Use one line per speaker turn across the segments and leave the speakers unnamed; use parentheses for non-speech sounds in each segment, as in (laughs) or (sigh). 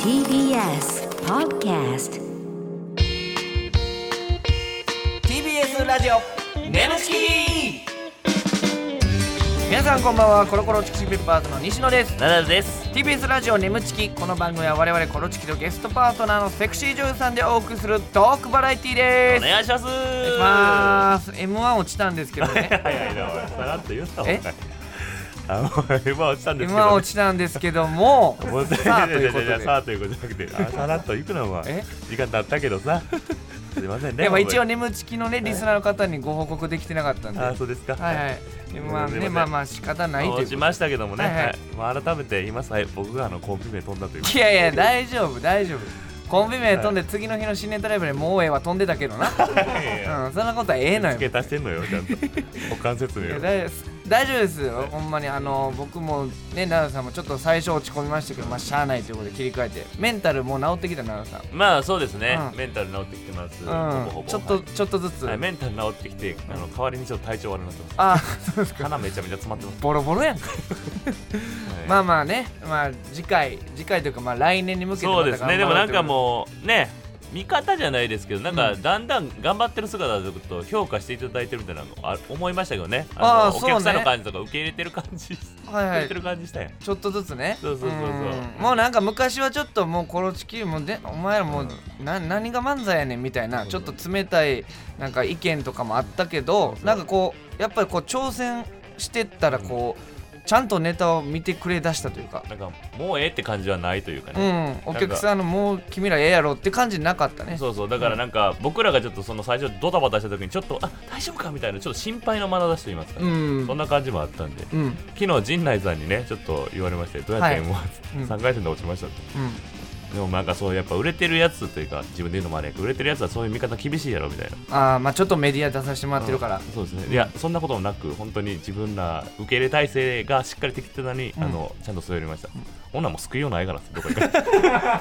TBS Podcast
TBS ラジオネムチキ皆さんこんばんはコロコロチキチキペッパーズの西野です
ナダルです。
TBS ラジオネムチキこの番組は我々コロチキとゲストパートナーのセクシー女優さんでお送りするトークバラエティーで
お
す
願いします。お
お願いします M1 落ちたんですけど
(laughs)
ね
はいはい、だから、さらっと言ったもん
え
ね。あの、M1 落ちたんですけど、
M1 落ちたんですけどもさあというこ
じゃあ
と
さあということじゃなくて、あさらっと行くのは
え、
時間経ったけどさ。すいませんね。
ででも一応
ね。
ネムチキのねリスナーの方にご報告できてなかったんでは
あ、
い
そうですか。
はい。M1 ねまあまあ仕方ないとい
落
うこ
ちましたけどもね、
は
はい
はい
いまあ、改めて言います、はい、僕があのコンビ名飛んだということ
といやいや大丈夫大丈夫コンビ名飛んで次の日の新年トライブでもうええは飛んでたけどなうん、そんなことはええのよ。
付け足してんのよ、ちゃ
(laughs)
んと。股関節の
いや
よ。
大丈夫です大丈夫です、ほんまにあの僕もね奈良さんもちょっと最初落ち込みましたけどまあしゃあないということで切り替えてメンタルもう治ってきた奈良さん、
まあ、そうですね
うん
メンタル治ってきてます。
うん、ちょっとちょっとずつ、
はい、メンタル治ってきて、あの代わりにちょっと体調悪くなってます。
あ (laughs) そうですか
鼻めちゃめちゃ詰まってます。
ボロボロ
(laughs)
やんか
はい
まあまあねまあ次回次回というかまあ来年に向けて
そうですね、でもなんか
う
もう、ね、味方じゃないですけど、なん
う
か
ん
だんだん頑張ってる姿だと評価していただいてるみたいなのあ思いましたけどね、
あー
のお
そうね
客さんの感じとか受け入れてる感じ、
はいは
受け入
い
れてる感じしたやん。
ちょっとずつね
そうそうそうそうん
もうなんか昔はちょっともうコロチキもうでお前らもう、な何が漫才やねんみたいなちょっと冷たいなんか意見とかもあったけどなんかこうやっぱりこう挑戦してったらこう、ちゃんとネタを見てくれだしたというか。
なんかもうええって感じはないというか
う
ね。
ん、お客さんのもう君らええやろって感じなかったね
そうそうだからなんか僕らがちょっとその最初ドタバタした時にちょっとあ大丈夫かみたいなちょっと心配の眼差しと言いますか、
うん
そんな感じもあったんで
うんうん
昨日陣内さんにねちょっと言われましてどうやって
はい
M1、
うん
3回戦で落ちましたってでもなんかそうやっぱ売れてるやつというか自分で言うのもあれやけど売れてるやつはそういう見方厳しいやろみたいな
ああまあちょっとメディア出させてもらってるから
うんそうですねいやそんなこともなく本当に自分ら受け入れ体制がしっかり適当に、
うん
あのちゃんと滑りました、女もう救いようないからど
(laughs)
こ行か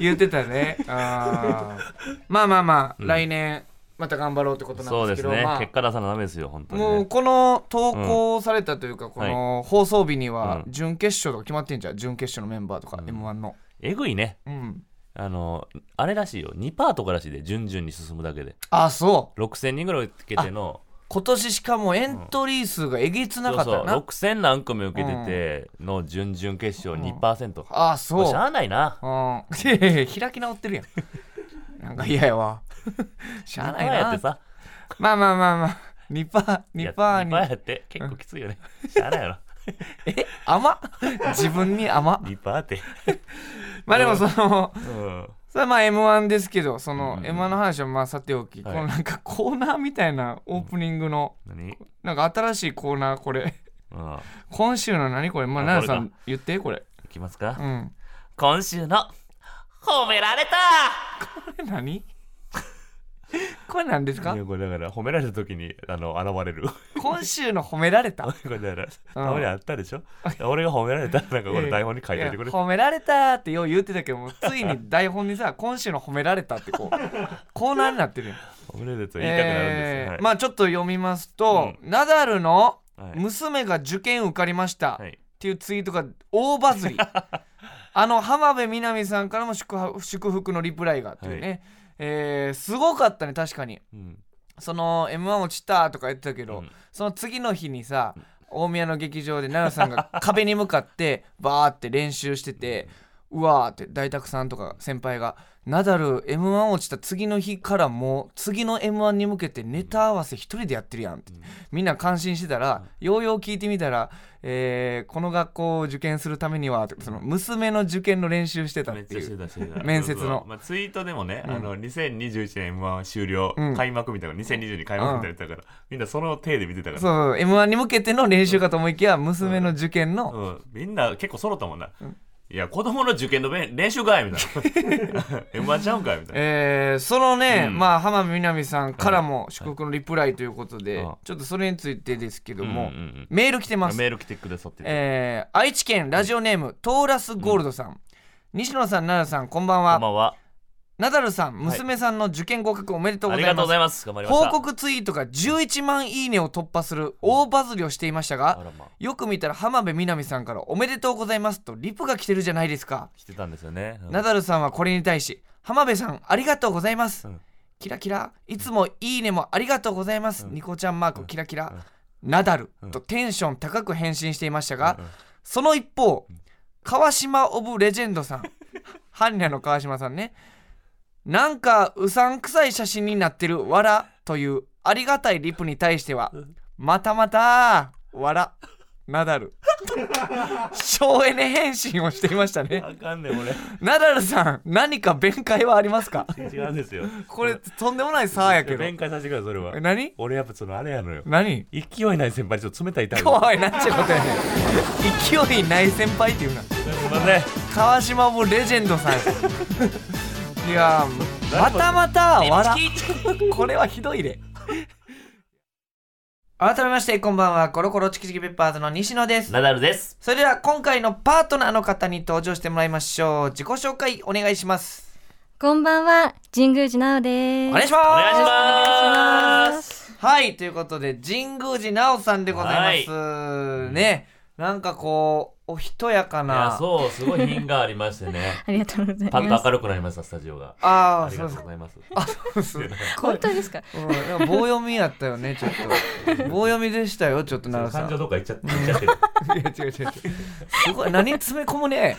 言ってたねあーまあまあまあ、
うん
来年また頑張ろうってことな
そ
ん
う
でけ
ですす
ど
ね、
まあ
結果出さなダメですよ本当に、ね、
もうこの投稿されたというか、この放送日には
うん
準決勝とか決まってんじゃん準決勝のメンバーとか、m 1の
えぐいね
うん
あのあれらしいよ2パーとからしいで順々に進むだけで
あそう
6000人ぐらい受けての
今年しかもエントリー数がえげつなかったよな、
そうそう6000何組受けてての準々決勝2%、
あ
もう
そう
しゃあないな
うんいやいやいや開き直ってるやん (laughs) なんか嫌やわしゃあない
2%やって
な
さ
まあまあまあまあ2パー
い
2
や
パー
2%
に
パーやって結構きついよね。しゃあないや
え甘自分に甘
ろ。2%パーって。
まあでもその
うん。
それはまあ m 1ですけどその
うん
m 1の話はまあさておき、
はい
このなんかコーナーみたいなオープニングの、
何
なんか新しいコーナーこれ (laughs)
うん。い
今週の何これまあ
あ
奈良さ
これ
ん言ってこれ
きます
う
か
ん
今週の褒められ
これ何 (laughs) これ何です
た
か
いやこれだから褒められた時にあの現れる。 (laughs)
今週の褒められた
これだからたまにあったでしょ俺が褒められたなんかこ
いや
れ台本に書い
い
ておい
や
てくれ。
褒められたってよう言ってたけどもついに台本に
(laughs)
さ今週の褒められたってこうコーナーになってるやん
褒められたと言いたくなるんで
え
すよは
ー
い。
まあちょっと読みますと、ナダルの
はい
娘が受験受かりました、
はい
っていうツイートが大バズりあの浜辺美波さんからも祝福祝福のリプライがっていうね、
は
えーすごかったね確かに
うん
その m 1落ちたとか言ってたけど、
うん
その次の日にさ大宮の劇場で奈良さんが壁に向かってバーって練習してて。うわーって大沢さんとか先輩が「ナダル m 1落ちた次の日からもう次の m 1に向けてネタ合わせ一人でやってるやん」ってみんな感心してたらようよう聞いてみたら、えーこの学校を受験するためにはその娘の受験の練習してたっ
めってちゃ
い
して
う
たしてた
面接の
そうそうまあ、ツイートでもね、あの2021年 m 1終了、
うん
開幕みたいな2022開幕みたいな言ってたから、みんなその体で見てたから
そう m 1に向けての練習かと思いきや娘の受験の
うん、みんな結構揃ったもんな、いや子供の受験のべん練習かいみたいな m 1ちゃうんかいみたいな、
えーそのね、
うん
まあ浜辺美波さんからも祝福のリプライということで、
はい
ちょっとそれについてですけど
うん
も、
うんうん
メール来てます
メール来てくださってて、
えー愛知県ラジオネーム、トーラスゴールドさん、西野さん奈良さんこんばんは
こんばんは
ナダルさん娘さんの受験合格おめでとう
あ
ご
り
ざ
が
い
とう
ま
ご
す
ざいます。頑張りまし
報
た。
告ツイートが11万いいねを突破する大バズりをしていました
あ
が
らまあ、
よく見たら浜辺美波さんから「おめでとうございます」とリプが来てるじゃないですか
来てたんですよね。うん
ナダルさんはこれに対し「浜辺さんありがとうございます」
うん
キラキラいつもいいねもありがとうございます、ニコちゃんマークキラキラ、ナダルとテンション高く返信していましたが、その一方川島オブレジェンドさんハンニャの川島さんねなんかうさんくさい写真になってるわらというありがたいリプに対してはまたまたわらナダル省エネ返信をしていましたね
あかんねん、俺。
ナダルさん何か弁解はありますか
違うんですよ。
これとんでもないさやけど
弁解させてください、それは
え。何
俺やっぱそのあれやのよ。
何
勢いない先輩にちょっと冷たいタイプ。
おいなんちゅうことやねん勢いない先輩っていうな
すいません。
川島もレジェンドさんや (laughs) いやーまたまた笑これはひどいで改めましてこんばんはコロコロチキチキペッパーズの西野です
ナダルです。
それでは今回のパートナーの方に登場してもらいましょう自己紹介お願いします
こんばんは、神宮寺奈央
お
で
願い
す。
します
お願いします。
す。
はいということで神宮寺奈緒さんでございます、ねなんかこうおひとやか
いや
な、
そう、すごい品がありましてね。
ありがとうござい
パッ
ま
と
す。
明るくなりました、スタジオが。
あ
あ
あ
り
そう
が
で
と
す
うございます。
あそうです
本当ですか。
うんなんか棒読みやったよねちょっ
(laughs)
と棒読みでしたよちょっと奈良さ
感
ん
情どっか行っちゃって行っちゃってる。
いや違う違う違うすごい何詰め込む
(laughs)
ね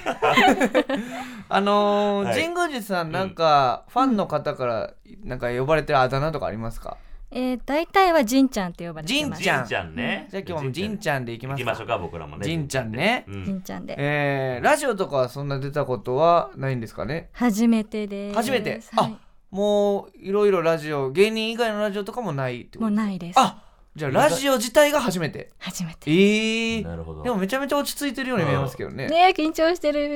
あのー
はい
神宮寺さんなんか、ファンの方からなんか呼ばれてるあだ名とかありますか、
えー、大体は神ちゃんって呼ばれてます。
じゃん
じんちゃんね。
じゃあ今日もじんちゃんでいき
行
ます
き
か
ましょうか、僕らもね。
じんちゃんね
うん。
神ちゃんで。
えー、ラジオとかはそんな出たことはないんですかね
初めてです。
初めて、
はい
あもういろいろラジオ芸人以外のラジオとかもないってこ
もう
と
ないです。
あじゃあラジオ自体が初めて
初めて。
ええー、
なるほど。
でもめちゃめちゃ落ち (laughs) 着いてるように見えますけどね。
ねえ、緊張してる。
い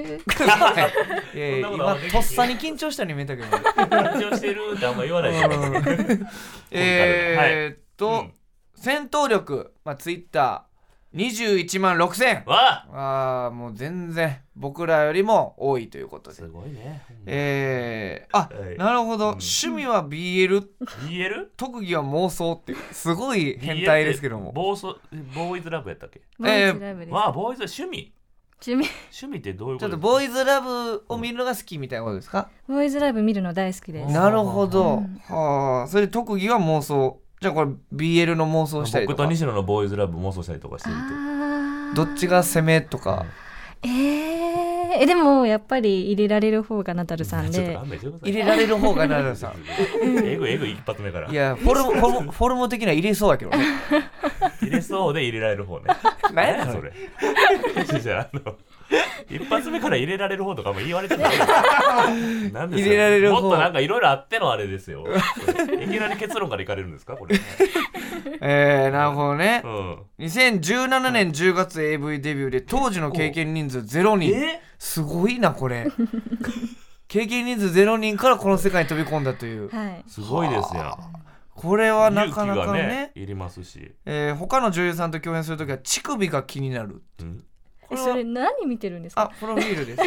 やいや
そんな
今
ことはできない
とっさに緊張したように見えたけど。
(laughs) 緊張してるってあんま言わないでしょ。
えーっと、
うん
戦闘力、まあ、ツイッター21万6000。
わあ
ああもう全然僕らよりも多いということです
す。ごいね。
えー、あ、
はい
なるほど、趣味は BL
言える
特技は妄想っていうすごい変態ですけども。
ボーソボーイズラブやったっけ
ボーイズラブです。
わあ、ボーイズ趣味
趣味
趣味ってどういう
ち
こ
ょっ
と
とボ
イ
ーイズラブを見るのが好きみたいなことですか
ボーイズラブ見るの大好きです。
なるほど、
うん
はあそれで特技は妄想じゃあこれ BL の妄想したりと
僕
か
と西野のボーイズラブ妄想したりとかしてる
あー
どっちが攻めとか
えー、えでもやっぱり入れられる方がナダルさん
(laughs) と。ちょっと
で
勘弁してください。
(laughs) 入れられる方がなるさ (laughs) ん
えぐいえぐい一発目から
い。やフォ (laughs) ルムフォルムフォルム的には入れそうやけどね
入れそうで入れられる方ね。
(laughs) 何や
何
ねん
や
そ
そ
れ
れ。じゃああの一発目から入れられる方とかも言われてない。
(laughs)
なんでそ
入れられる方
もっとなんかいろいろあってのあれですよ。いきなり結論からいかれるんですか
(laughs)
これ。
えー、なるほどね
うん。
2017年10月 AV デビューで当時の経験人数0人
え？
すごいなこ (laughs) れ経験人数0人からこの世界に飛び込んだという
はい
すごいですよ。
これはな
勇気
かな
が
か
ね
ね
いりますし。
えー他の女優さんと共演するときは乳首が気になる
うん
これは
それ何見てるんです
あ
か
プロフィールです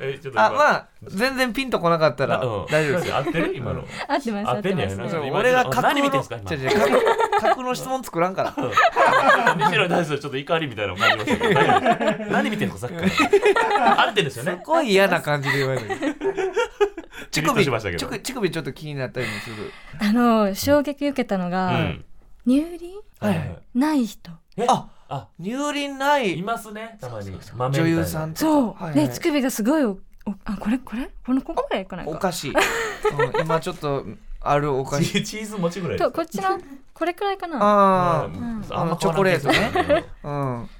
えちょっと
あ
今
まあ全然ピンとこなかったら
なうん
大丈夫ですよ。
合ってる今の。
合ってます
合
合
っ
ってて
んねや
ま
な (laughs)
す
それ
ね
今
俺が架空
何見てん
の
すか今
違う違う架空架空の質問作らんから。
西野に対するちょっと怒りみたいなのもありましたけど大丈夫です。何見てんのさっき
(laughs)
から。合ってるんですよ
す
ね。
ごい嫌な感じで言われる。
(laughs)
乳
ピリッと
首
しましたけ
乳
ど
首乳首ちょっと気になったりもする。
あの衝撃受けたの
う
が、
ん。
乳輪
はいはい。
ない人
え
あ
あ
乳輪ない
いますねたまに豆
女
みたい
優
な
さんと
そう、
はいはい
ね乳首がすごいおおあこれこれこのここぐらいかな
おかしい。うん今ちょっとあるお菓
チ
子。
(laughs) ーチーズ餅ぐらい
とこっちのこれくらいかな
あ
う
あ
ん
あのチョコレートね。うん。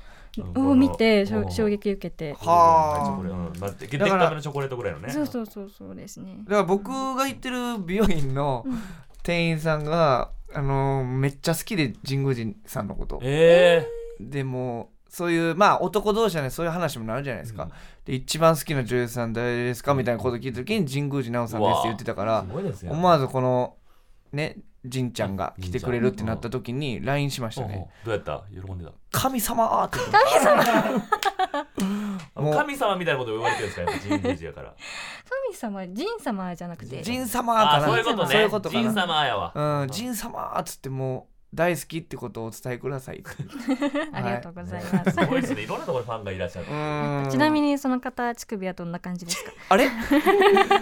を見てし
う
ょ
ん
衝撃受けて
はあ
チョコレートうんだってでっ
だから
かめのチョコレートぐらいのね
そうそうそうそうですね
だから僕が行ってる美容院の店員さんがあのーめっちゃ好きで神宮寺さんのこと。
え
でもそういうまあ男同士はねそういう話もなるじゃないですか、
うん
で一番好きな女優さん誰ですかみたいなこと聞いた時に神宮寺奈緒さんですって言ってたか
ー
ら
すごいですよ
思わずこのねじんちゃんが来てくれるってなった時に LINE しました
うんうん
ね
どうやった喜んでた
「神様!」って
あ
もう (laughs)
神様みたいなこと呼ばれてるんですかやっぱ神宮寺やから
ン様ジン様じゃなくて
ジン様
あ
かな
ーそういうことね。
そういうことか
ジン
な
様やわ。
うん、ジン様っつってもう大好きってことをお伝えください
(laughs) ありがとうございます
すごいですね。いろんなところにファンがいらっ
(laughs)
しゃる。
(laughs) ちなみ
に
にその方乳首はどんな感じですか
あれ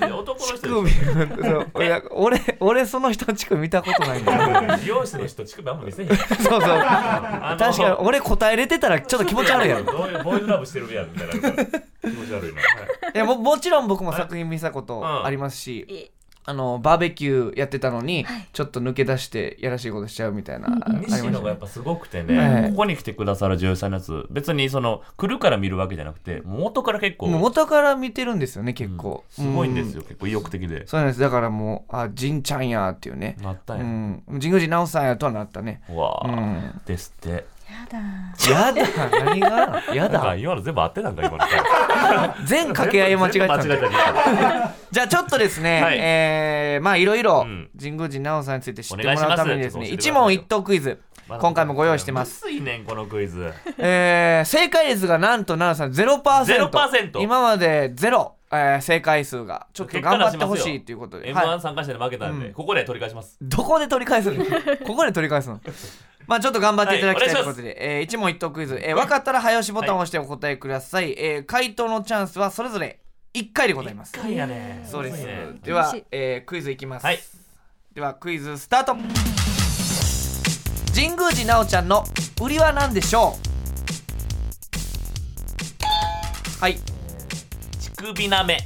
で男の
乳
人
首
です
そ
よ。
う俺俺俺その人の乳首見たことないんだよ
(laughs) 美容師の人、乳首あんま見せへん。
そ
確
うそう確
か
かに俺答えれてたらちょっと気持ち悪いやろ
どういうボーイズラブしてるやんみたいな。気持ち悪いな。はい
いやももちろん僕も作品見たことありますし、
え
あのバーベキューやってたのに、ちょっと抜け出してやらしいことしちゃうみたいな、ありまし
西
た
野がやっ
ね
ぱすごくて
ええ
ね、ここに来てくださる女優さんのやつ、別にその、来るから見るわけじゃなくて、もう元から結構、
もう元から見てるんですよね結構、
すごいんです
よ、
よ、結構意欲的で。
そうなんですだからもうあジンちゃんやっていうね、
なった
うん
や
ん、神宮寺奈緒さんやとはなったね
わ
う
あ、
ん
ですって。
やだ
やだ何
(laughs)
がや
なんか
だ
今の全部合ってたんだ、今の。
全 (laughs) 掛け合い間違えてたんだ
全部間違えてた
じゃあちょっとですね、
はい
えーまあいろいろ
うん
神宮寺奈緒さんについて知っても
お願い
ら
し
う
ます
ためにですね
ちょっと
一
教えてく
問
ださいよ
一答クイズ今回もご用意してます。
むずいねん、このクイズ。
えー正解率がなんと奈々さん0%,
0%
今までゼロ、えー正解数がちょっと頑張ってほしいということで、はい
M1 参加者で負けたん
う
で、
ん
ここで取り返します。
どこで取り返
(laughs)
すのここで取り返すのまあちょっと頑張っていただきたいと
はいいうお願いし
こ
ます
とで、えー一問一答クイズ、えー分かったら早押しボタンを押してお答えください、えー回答のチャンスはそれぞれ1回でございます
一回やね
そうです、
ね
では
楽しい、
えークイズいきます、
はい
ではクイズスタート神宮寺奈緒ちゃんの売りは何でしょうはい
乳首なめ。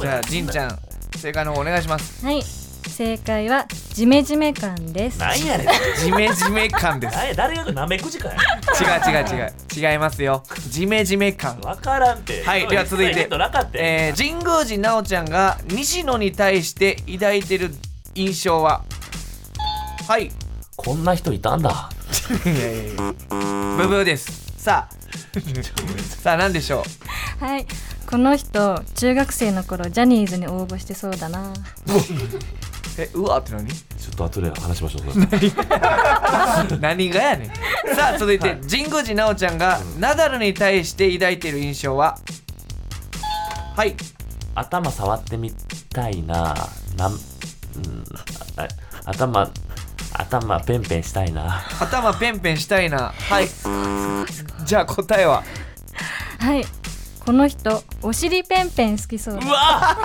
じゃあじんちゃん正解の方お願いします
はい正解はジメジメ感です
なんやね
(laughs)
ん。
ジメジメ感
(laughs)
です
誰誰がなめくじかや。
違う違う違う違いますよジメジメ感
わからんて。
はいでは続いて
ヒントなかったやん
えー、神宮寺奈緒ちゃんが西野に対して抱いてる印象ははい
こんな人いたんだ。
ブブーですさ
(laughs)
あさあ何でしょ
はいこの人中学生の頃ジャニーズに応募してそうだな
うえうわって何
ちょっと後で話しましょう。
何がやねんさあ続いて、神宮寺奈緒ちゃんがナダルに対して抱いてる印象ははい
(laughs) 頭触ってみたいな。なん、うん、あ頭、頭ペンペンしたいな。
頭ペンペンしたいなはいじゃあ答えは
はいこの人お尻ペンペン好きそうだ
わ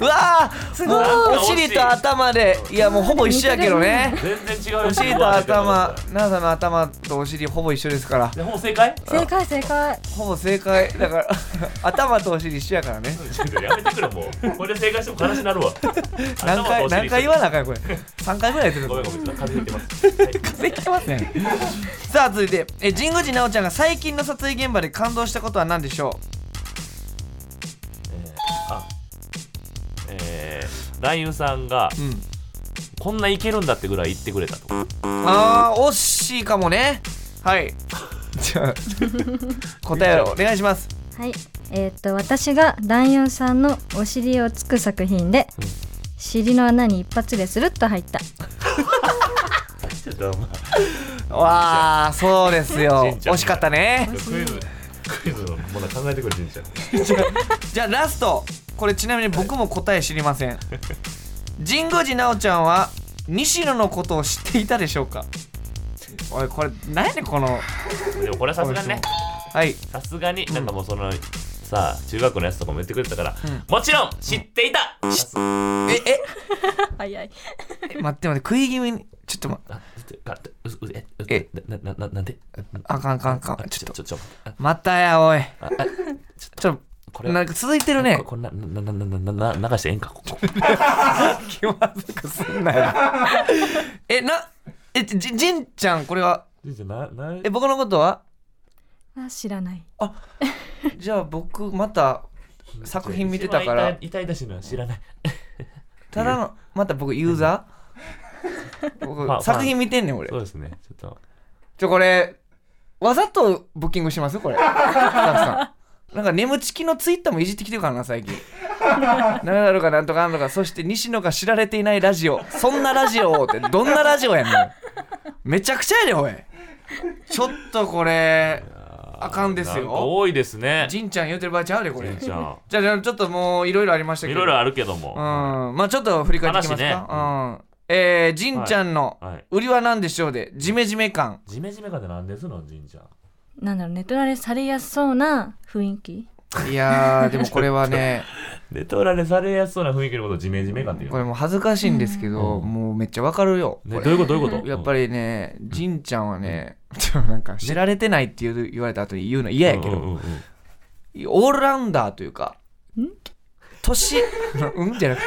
うわーすご
い
お尻と頭でいやもうほぼ一緒やけどね (laughs)
全然違う。
お尻と頭奈々さんの頭とお尻ほぼ一緒ですから
で。ほぼ正解
正解正解
ほぼ正解だから頭とお尻一緒やからね
やめてくれもう。これで正解しても話になるわ。
(laughs) 何回何回言わなあかんよこれ3回ぐらいやってる
ごめんごめん、風邪ひいてます。
風邪ひいてますね (laughs) さあ続いてえ神宮寺奈緒ちゃんが最近の撮影現場で感動したことは何でしょ
えーあえー、男優さんが
う、うん、
こんないけるんだってぐらい言ってくれたと
あー惜しいかもねはいじゃあ答えをお願いします
はいえーっと私が男優さんのお尻をつく作品で、
うん
尻の穴に一発でスルッと入った
ちょっとお前
わあそうですよ
神社
惜しかったね
クイズクイズのまだ考えてくれじんちゃん
じゃあラストこれちなみに僕も答え知りません神宮寺奈緒ちゃんは西野のことを知っていたでしょうかおいこれ何やねんこの
でもこれはさすがにね
はい
さすがになんかもうその、さあ中学のやつとかも言ってくれてたから、もちろん知っていた、知っ
え
て
え
早い
え待って待って食い気味にちょっと待って
ああううえ
え
えななななんで
あかんあかんあかんち
ち
ょっと
ょっとちょっとあ
またやおい
あ
ちょっ
ことれ
なんか続いてるね
ここんななななななな流してええんかここ
気まずくすんなよ (laughs) えなえじじんちゃんこれは
なな
え僕のことは
あ知らない
じゃあ僕また作品見てたから
痛いだしな知らない
ただのまた僕ユーザー
まあ
僕作品見てんねん俺
そうですねちょっと
ちょこれわざとブッキングしてますこれスタッフさんなんか眠ちきのツイッターもいじってきてるからな
(laughs)
最近何だろうかなんとかなんとかそして西野が知られていないラジオそんなラジオをってどんなラジオやねんめちゃくちゃやでおいちょっとこれあかんです
なんか
よ
多いですね。
じんちゃん言うてる場合ちゃうでこれ
じんちゃん
じゃあじゃあちょっともういろいろありました
い
けど
ろいろあるけども。
うんまあちょっと振り返っていきます
話ねう
か、うんえー、じんちゃんの
はい。
売りは何でしょうでジメジメ感
ジメジメかって何ですの、じんちゃん。
なんだろうネトラレされやすそうな雰囲気
いやーでもこれは
(laughs)
ね
ネトラレされやすそうな雰囲気のことをジメジメかっていう
こ
の。
れもう恥ずかしいんですけど、
うん
もうめっちゃわかるよ、
ね、
これ
どういうことどういうこと
やっぱりねじんちゃんはね、ちょっとなんか知られてないって言う言われた後に言うの嫌やけど、
うんうんうんうん
オールラウンダーというか
ん
年うんじゃなくて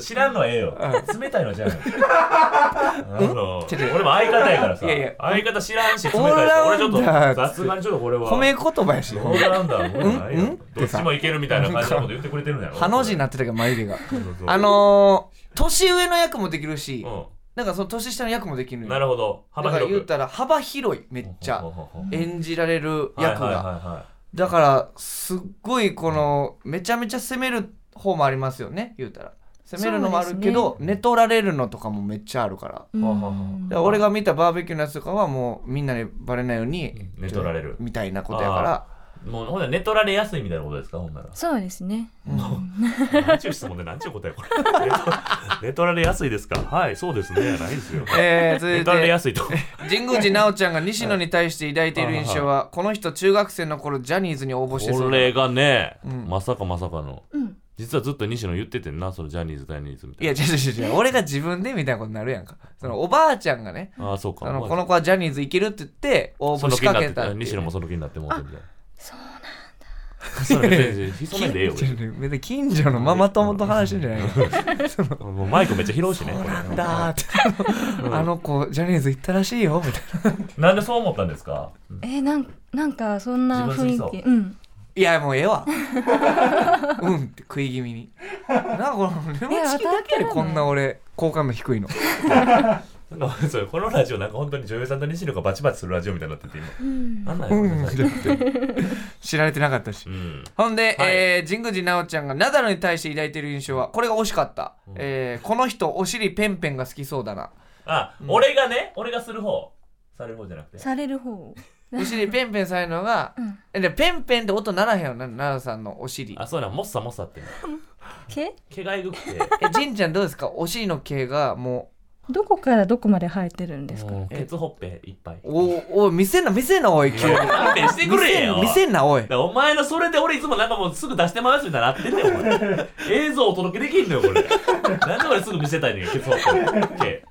知らんのはええよ。冷たいの
(laughs)
じゃないあの
ちょっと
俺も相方やからさ。
いやいや
相方知らんし、冷たい
オール
から。
ラ
俺ち
ウ
ょ
ン
っと
ダー
雑談にちょっとこれは。
褒め言葉やし
オールラウンダーもうな
う
いよ
んうん
どっちもいけるみたいな感じのこと言ってくれてるんやろ。
ハの字になってたけど眉毛が
そうそうそう
あのー、年上の役もできるし、
う
なんかその年下の役もできるの
ん
よ
なるほど。幅
だから
広
言っ
く。
たら幅広いめっちゃ
ほうほうほうほう
演じられる役
はいはい
が
はいはい
だからすっごいこのめちゃめちゃ攻める方もありますよね言うたら攻めるのもあるけ
そ
ど、寝取られるのとかもめっちゃあるから
う
はあはあは
ん
だから俺が見たバーベキューのやつとかはもうみんなにバレないように
寝取られる
みたいなことやから
もうほんなら寝取られやすいみたいなことですかほんなら
そうですね
何ちゅう質問で何ちゅう答えこれ (laughs) 寝取寝取られやすいですかはいそうですねないですよ
えー、続
寝
い
取られ
て
やすいと
神宮寺奈緒ちゃんが西野に対して抱いている印象はこの人中学生の頃ジャニーズに応募してそ
こ
うだ
れがね
うん
まさかまさかの
うん
実はずっと西野言っててんなそのジャニーズジャニーズみた
い
い
や
な
違う違う違う俺が自分でみたいなことになるやんかそのおばあちゃんがね
ああそうか
その
まあ
この子はジャニーズ行けるって言って応
そ
募
の
し
気に
か
な
け
った
ってて
西野もその気になってもうてみたいな
そ
(laughs) それ別に潜めんでええよ別に
別に近所のママ友と話してんじゃ
(laughs)
ないよ (laughs)
もうマイクめっちゃ広いしねこれ
なんだーってあの子ジャニーズ行ったらしいよみたいな
なんでそう思ったんですか
えーなんなんかそんな
自分
雰
すぎそう
囲気うん
いやもうええ
(laughs)
わうんって食い気味になんかこのレモンチキンだけでこんな俺好感度低いの
なんかそうこのラジオなんか本当に女優さんと西野がバチバチするラジオみたいになってて今なんなんや
う
ろ
ん
ね
って知られてなかったし
うん
ほんで、
はい
えー神宮寺奈緒ちゃんがナダルに対して抱いてる印象はこれが惜しかった、
うん
えーこの人お尻ペンペンが好きそうだな
あ、俺がね俺がする方される方じゃなくて
される方
お尻ペンペンされるのが、
ん
えでペンペンって音ならへんよな奈良さんのお尻
あそうなんもっさもっさってね
毛
毛がえぐくて
えじんちゃんどうですかお尻の毛がも
どこからどこまで生えてるんですか
もうケツほっぺいっぱいう
おお見せんな見せんなおい急に
勘弁してく
見
れ
せん
よ
見せんなおい
だからお前のそれで俺いつもなんかもうすぐ出してますみたいになってんねんお前映像お届けできんのよこれなんで俺すぐ見せたいねんケツほっぺ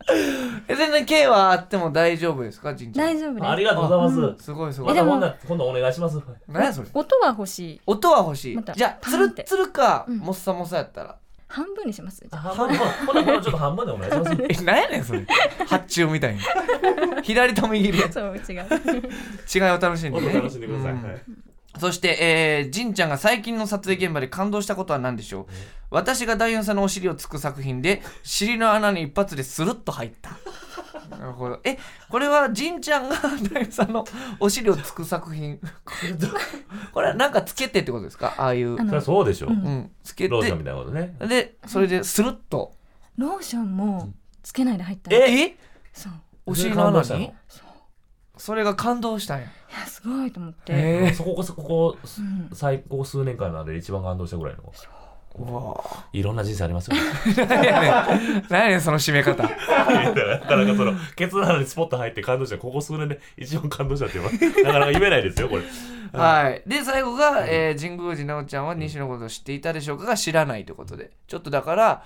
え全然毛はあっても大丈夫ですかじんちゃん
大丈夫
毛
です
ありがとうございます
すごいすご
ま
い
えで
た
も
今度今度お願いします
何やそれ
音は欲しい
音は欲しい、
また
じゃあ
パ
つ
ーンっ
る
て
つるか、
うん
もっさもっさやったら
半分にします
あ半分ほなほなちょっと半分でお願いします (laughs)
え何やねんそれ発注みたいに (laughs) 左と右で
そう違う
違いを楽しんで、
音
ね、
楽しんでください、
うん
はい
そして、えー、じんちゃんが最近の撮影現場で感動したことは何でしょう私が第4さんのお尻をつく作品で尻の穴に一発でスルッと入った。なるほどえこれはじんちゃんが第4さんのお尻をつく作品これはなんかつけてってことですかああいう、
あ
う
の
そりゃそうでしょ、
ん、つけ
ローションみ
て
たいなことね
でそれでスルッと
ローションもつけないで入ったの
え
そう
お尻の穴
それ
に
感動し
それが感動したんや。
いやすごいと思って、
たの
え
そここそここ
うん
最高数年間なんで一番感動したぐらいの
ー、うわ
いろんな人生ありますよね
何やねん何やねんその締め方。
だからだからなんかそのケツなのにスポッと入って感動したここ数年で一番感動したっていうのはなかなか言えないですよこれ
はい、で最後が、えー神宮寺奈緒ちゃんは西のことを知っていたでしょうかが知らないということでちょっとだから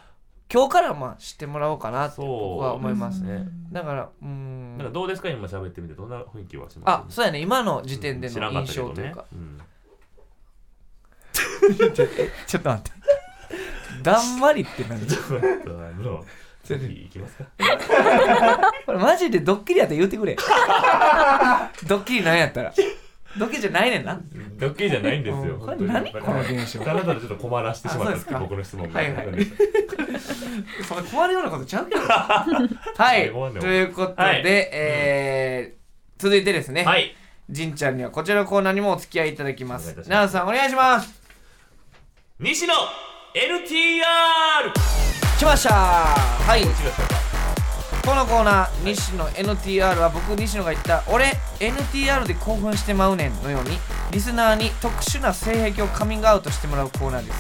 今日からまあ知ってもらおうかなって
そう
僕は思います
ね
だからうー
なんか
ん
どうですか今喋ってみてどんな雰囲気はします
あそうやね今の時点で
知ら
の
んかっ
印
たけど
象
ね
というか、
ん
(laughs) ちょっと待ってだんまりって何
ちょっと待ってあの次行
(laughs)
きますか
これマジでドッキリやったら言うてくれドッキリなんやったらドッキリじゃないねんな
ドッキリじゃないんです
う
よ
んこ
本
れ
当に
何この現象
ただただちょっと困らしてしまったんですけど
あそうですか
僕の質問が
はいはいそれ困るようなことちゃうけ
(laughs)
どはい
ごめんね
ということで、
はい
えー続いてですね、
はい
じんちゃんにはこちらのコーナーにもお付き合いいただきま
お願
す
いいたしま
奈
す
良さんお願いします
西野 NTR
来ましたはい
違う違う
このコーナー西野 NTR は僕西野が言った「俺 NTR で興奮してまうねん」のようにリスナーに特殊な性癖をカミングアウトしてもらうコーナーです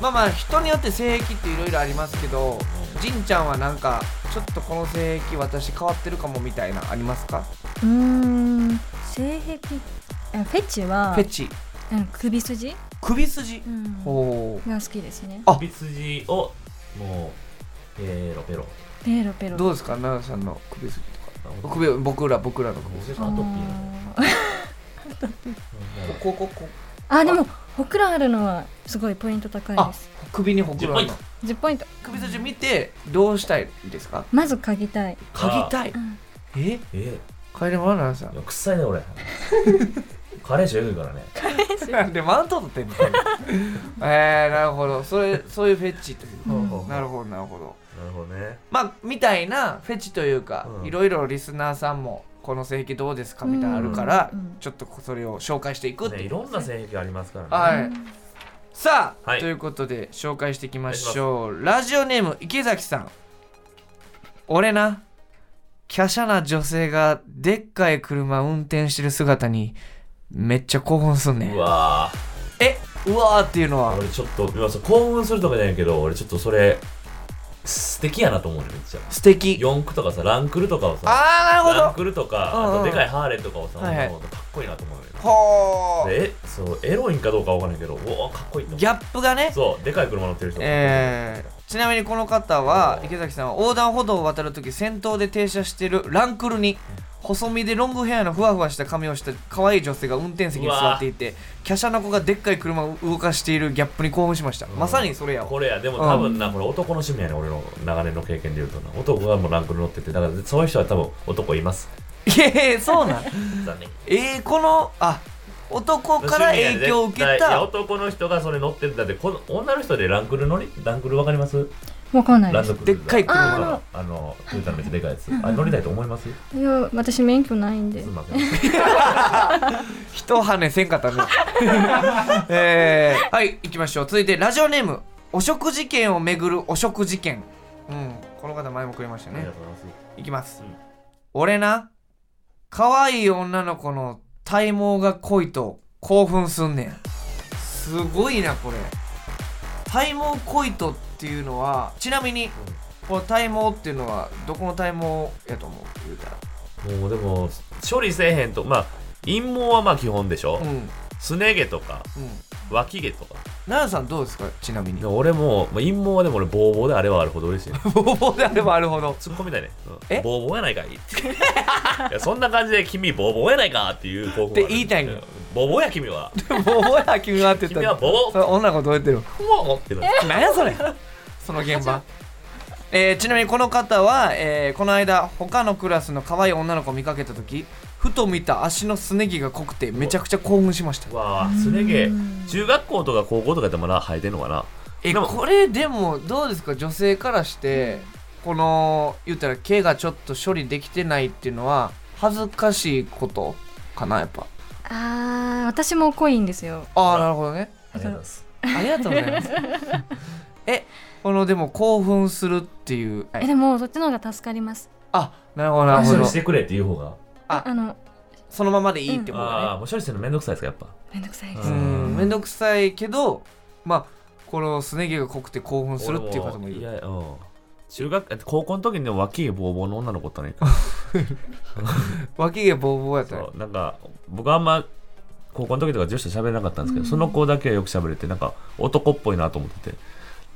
まあまあ人によって性癖っていろいろありますけどじんちゃんはなんかちょっとこの性癖私変わってるかもみたいなありますか
うーん性癖あフェチは
フェチ
うん、首筋、
首筋
うん、
ほう
が好きですね
あ
首筋をもうペロペロ
ペロペロ
どう
う
ですか奈良さんの首筋とか
僕
首僕ら僕らの首
アトピー
あ
なの
ー
ここここ
あでもほくろあるのはすごいポイント高い
あ
です
首にほくろあるの
10
10ポイント
首筋見てどうしたいですか
まず嗅ぎたい、
嗅ぎたい
うん
え
え
帰れマナーさ
いや臭いね俺カレー臭えぐいからね
ん (laughs) なんでマウント取
(laughs)
ってんのえー、なるほどそれそういうフェチという
なる
なるほどなるほど
ほどね
まあみたいなフェチというか、
うん
いろいろリスナーさんもこの性癖どうですかみたいなのあるから、
うんうん
ちょっとそれを紹介していくって
ね
い、
いうろんな性癖ありますからね
はい、さあ、
はい
ということで紹介していきましょうラジオネーム池崎さん俺な華奢な女性がでっかい車運転してる姿にめっちゃ興奮すんねん
うわ
えうわーっていうの
ー
は
俺ちょっと今そう興奮するとかじゃないけど俺ちょっとそれ素敵やなと思うねめっちゃ
素敵
四駆とかさランクルとかをさ
ああな
ラ
る
ンクルとか、
うんうん
あとでかいハーレーとかをさ、
はいはい
女の子とかっこいいなと思うのよ
ほどほー
でえそうエロいんかどうかわからないけどおおかっこいいと思
ギャップがね
うそうでかい車乗ってる人
えーちなみにこの方は
おー
池崎さんは横断歩道を渡るとき先頭で停車してるランクルに細身でロングヘアのふわふわした髪をした可愛い女性が運転席に座っていて華奢な子がでっかい車を動かしているギャップに興奮しました
うん
まさにそれやわ
これやでも多分な、これ男の趣味やね俺の長年の経験で言うとな男がもうランクル乗っててだからそういう人は多分男います
いやいやそうなん
残念
えーこのあ男から影響を受け
いや
た
男の人がそれ乗ってるだってこの女の人でランクル乗りランクルわかります
わかんない
ラ
で
ンド
す
クル
でっかい車
あのあのトヨタのめっちゃでかいやつ
ん
あれ乗りたいと思いますす
いや私免許ないんで
いませんはい
一羽せんかったね (laughs) えー、はい行きましょう続いてラジオネームお食事券をめぐるお食事券うんこの方前もくれましたねいきます、
うん
俺な可愛い女の子の体毛が濃いと興奮すんねんすごいなこれ体毛濃いとっていうのはちなみにこの体毛っていうのはどこの体毛やと思う言うたら
もうでも処理せえへんとまあ陰毛はまあ基本でしょ、
うんうん
すね毛とか脇毛とか
奈良さんどうですかちなみに
でも俺も、まあ、陰毛はでも俺ボーボーであれはあるほど嬉しいね
(laughs) ボーボーであればあるほど
ツッコミだね、うん
え
ボーボーやないかいっていやそんな感じで君ボーボーやないかっていう興奮はある
って言いたいの
ボーボーや君
(laughs)
は
(laughs) ボーボーや (laughs) 君はって言った
君はボーボー
それ女の子どうやってるの
もうってなる
なんやそれその現場えーちなみにこの方は、えーこの間他のクラスの可愛い女の子を見かけた時ふと見た足のすね毛が濃くてめちゃくちゃ興奮しました
わあすね毛中学校とか高校とかでもな生えてんのかな
え
でも
これでもどうですか女性からしてこの言ったら毛がちょっと処理できてないっていうのは恥ずかしいことかなやっぱ
あー私も濃いんですよ
ああなるほどね
ありがとうございます
ありがとうござ
(laughs)
いますえこのでも興奮するっていう、は
え
い
でもそっちの方が助かります
あなるほどなるほ
処理
ど
してくれっていう方が
あ
あの
そのままでいいってことだね、
ああもう処理するのめんどくさいですかやっぱ
めんどくさいで
う
す
ん面倒くさいけどまあこのすね毛が濃くて興奮するっていう方もい
俺
る
やうん中学え高校の時にでも脇毛ボーボーの女の子ったのに
脇毛ボーボーやったら
そうなんか僕あんま高校の時とか女子と喋れなかったんですけど、その子だけはよく喋れてなんか男っぽいなと思ってて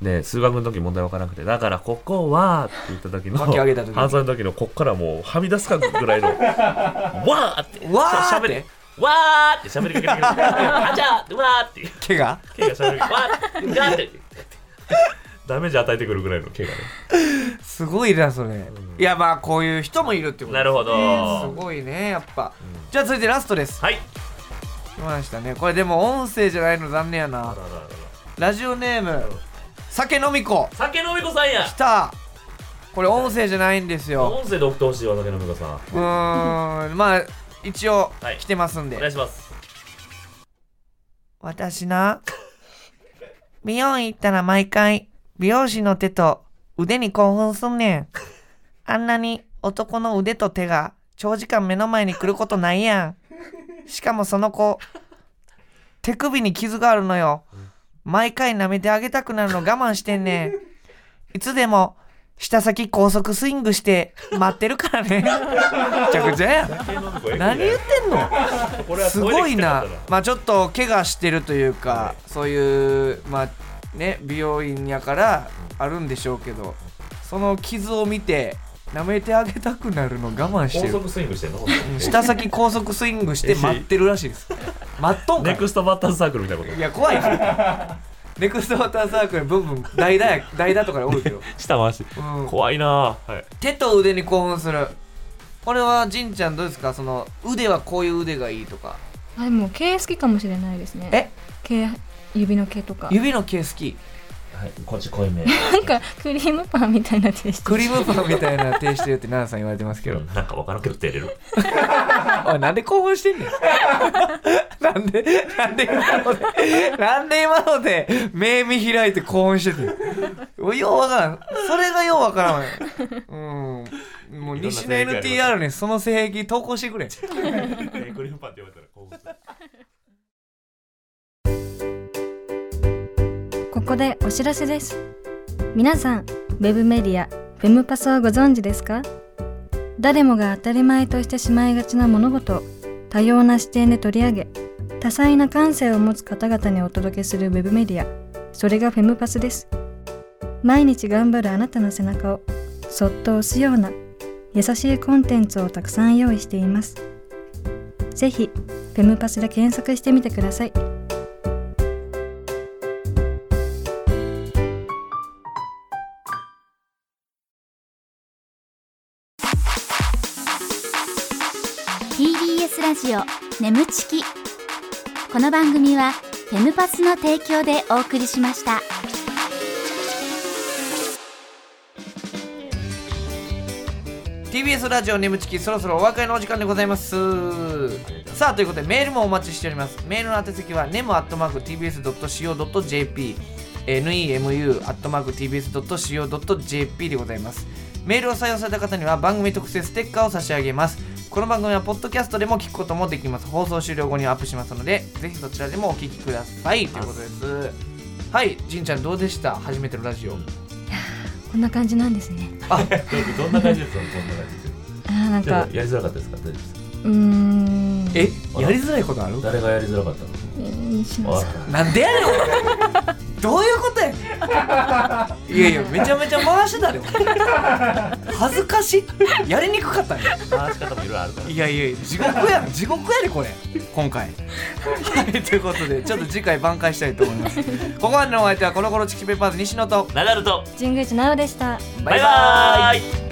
で数学の時問題分からなくてだからここはって言った時の
脇上げた時に
反射の時のこっからもうはみ出すかぐら
(laughs)
いのわーって
わーって
そう喋りわーって喋りかけてくるあじゃあわーって
毛が
毛が喋るわーってガーってダメージ与えてくるぐらいの毛がね
すごいなそれ、いやまあこういう人もいるってこと
なるほど
ねすごいねやっぱ、じゃあ続いてラストです
はい
来ましたねこれでも音声じゃないの残念やなラジオネーム酒飲み子
酒飲み子さんや
来たこれ音声じゃないんですよ
音声で送ってほしいわ酒飲み子さん
うーんまあ一応
はい
来てますんで、
お願いします
私な美容院行ったら毎回美容師の手と腕に興奮すんねん
あんなに男の腕と手が長時間目の前に来ることないやん。しかもその子、手首に傷があるのよ。毎回舐めてあげたくなるの我慢してんねん。いつでも、下先高速スイングして待ってるからね。めちゃくちゃやん。何言ってんの
すごいな、まあ、ちょっと怪我してるというか、そういう、まあね、美容院やからあるんでしょうけど、その傷を見て、舐めてあげたくなるの我慢して
高
る、
速スイングしてんの
下先高速スイングして待ってるらしい
(laughs)
です、待っとんか
ネ
い
クストバッターズサークルみたいなこと
いや、怖いな、
(laughs)
ネクストバッターサークル、ブンブン、代打や代打とかでおるけど、
下回し
うん
怖いなぁはい
手と腕に興奮する、これはじんちゃん、どうですか、その腕はこういう腕がいいとか、
あでも毛好きかもしれないですね
え
毛指の毛とか
指の毛好き。
はいこっち濃いめ
なんかクリームパンみたいなテイスト
クリームパンみたいな手してるって奈々さん言われてますけ
(laughs)
ど、
なんかわからんけど照れる
おいなんで興奮してんねんなん (laughs) でなんで今のでなんで今ので目見開いて興奮しててようわからんそれがようわからんわようんもう西の NTR にその性癖投稿してくれ
えクリームパンって言われたら興奮する
ここでお知らせです皆さんウェブメディアフェムパスをご存知ですか誰もが当たり前としてしまいがちな物事を多様な視点で取り上げ多彩な感性を持つ方々にお届けするウェブメディアそれがフェムパスです毎日頑張るあなたの背中をそっと押すような優しいコンテンツをたくさん用意していますぜひフェムパスで検索してみてください
ラジオ眠ちきこの番組はフェムパスの提供でお送りしました
うん TBS ラジオ眠ちきそろそろお別れのお時間でございますさあということでメールもお待ちしておりますメールの宛先は nemu.tbs.co.jp nemu.tbs.co.jp でございますメールを採用された方には番組特製ステッカーを差し上げますこの番組はポッドキャストでも聞くこともできます放送終了後にアップしますのでぜひそちらでもお聞きくださいということですはいじんちゃんどうでした初めてのラジオ
こんな感じなんですね
どどんな感じですかこんな感じで
あーなん
ちょ
か
っとやりづらかったですか大丈夫ですか
うーん
えやりづらいことある
誰がやりづらかったの
西野
わ
さ
か
ん
った
なんでやねんお前どういうことやねんいやいやめちゃめちゃ回してたでお前恥ずかしいやりにくかったね
回し方もいろいろあるから
いやいや地獄やん地獄やでこれ今回はいということでちょっと次回挽回したいと思いますここまでのお相手はこの頃チキペッパーズ西野と
ナダルと
神宮寺奈緒でした
バイバーイ